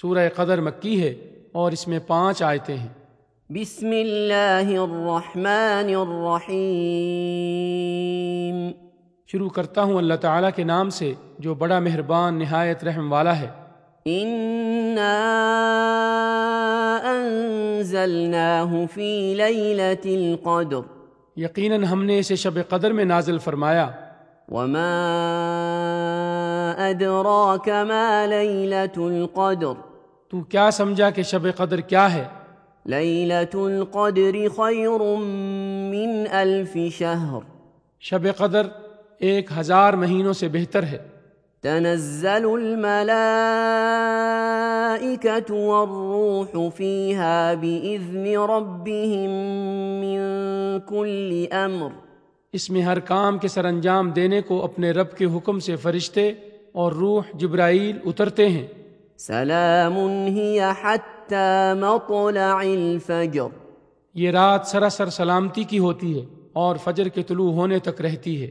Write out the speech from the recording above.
سورہ قدر مکی ہے اور اس میں پانچ آیتیں ہیں بسم اللہ الرحمن الرحیم شروع کرتا ہوں اللہ تعالیٰ کے نام سے جو بڑا مہربان نہایت رحم والا ہے انا انزلناه في ليلة القدر یقیناً ہم نے اسے شب قدر میں نازل فرمایا وما أدراك ما ليلة القدر تو کیا سمجھا کہ شب قدر کیا ہے ليلة القدر خير من ألف شهر شب قدر ایک ہزار مہینوں سے بہتر ہے تنزل الملائكة والروح فيها بإذن ربهم من كل أمر اس میں ہر کام کے سر انجام دینے کو اپنے رب کے حکم سے فرشتے اور روح جبرائیل اترتے ہیں سلام هي حتى مطلع الفجر یہ رات سراسر سلامتی کی ہوتی ہے اور فجر کے طلوع ہونے تک رہتی ہے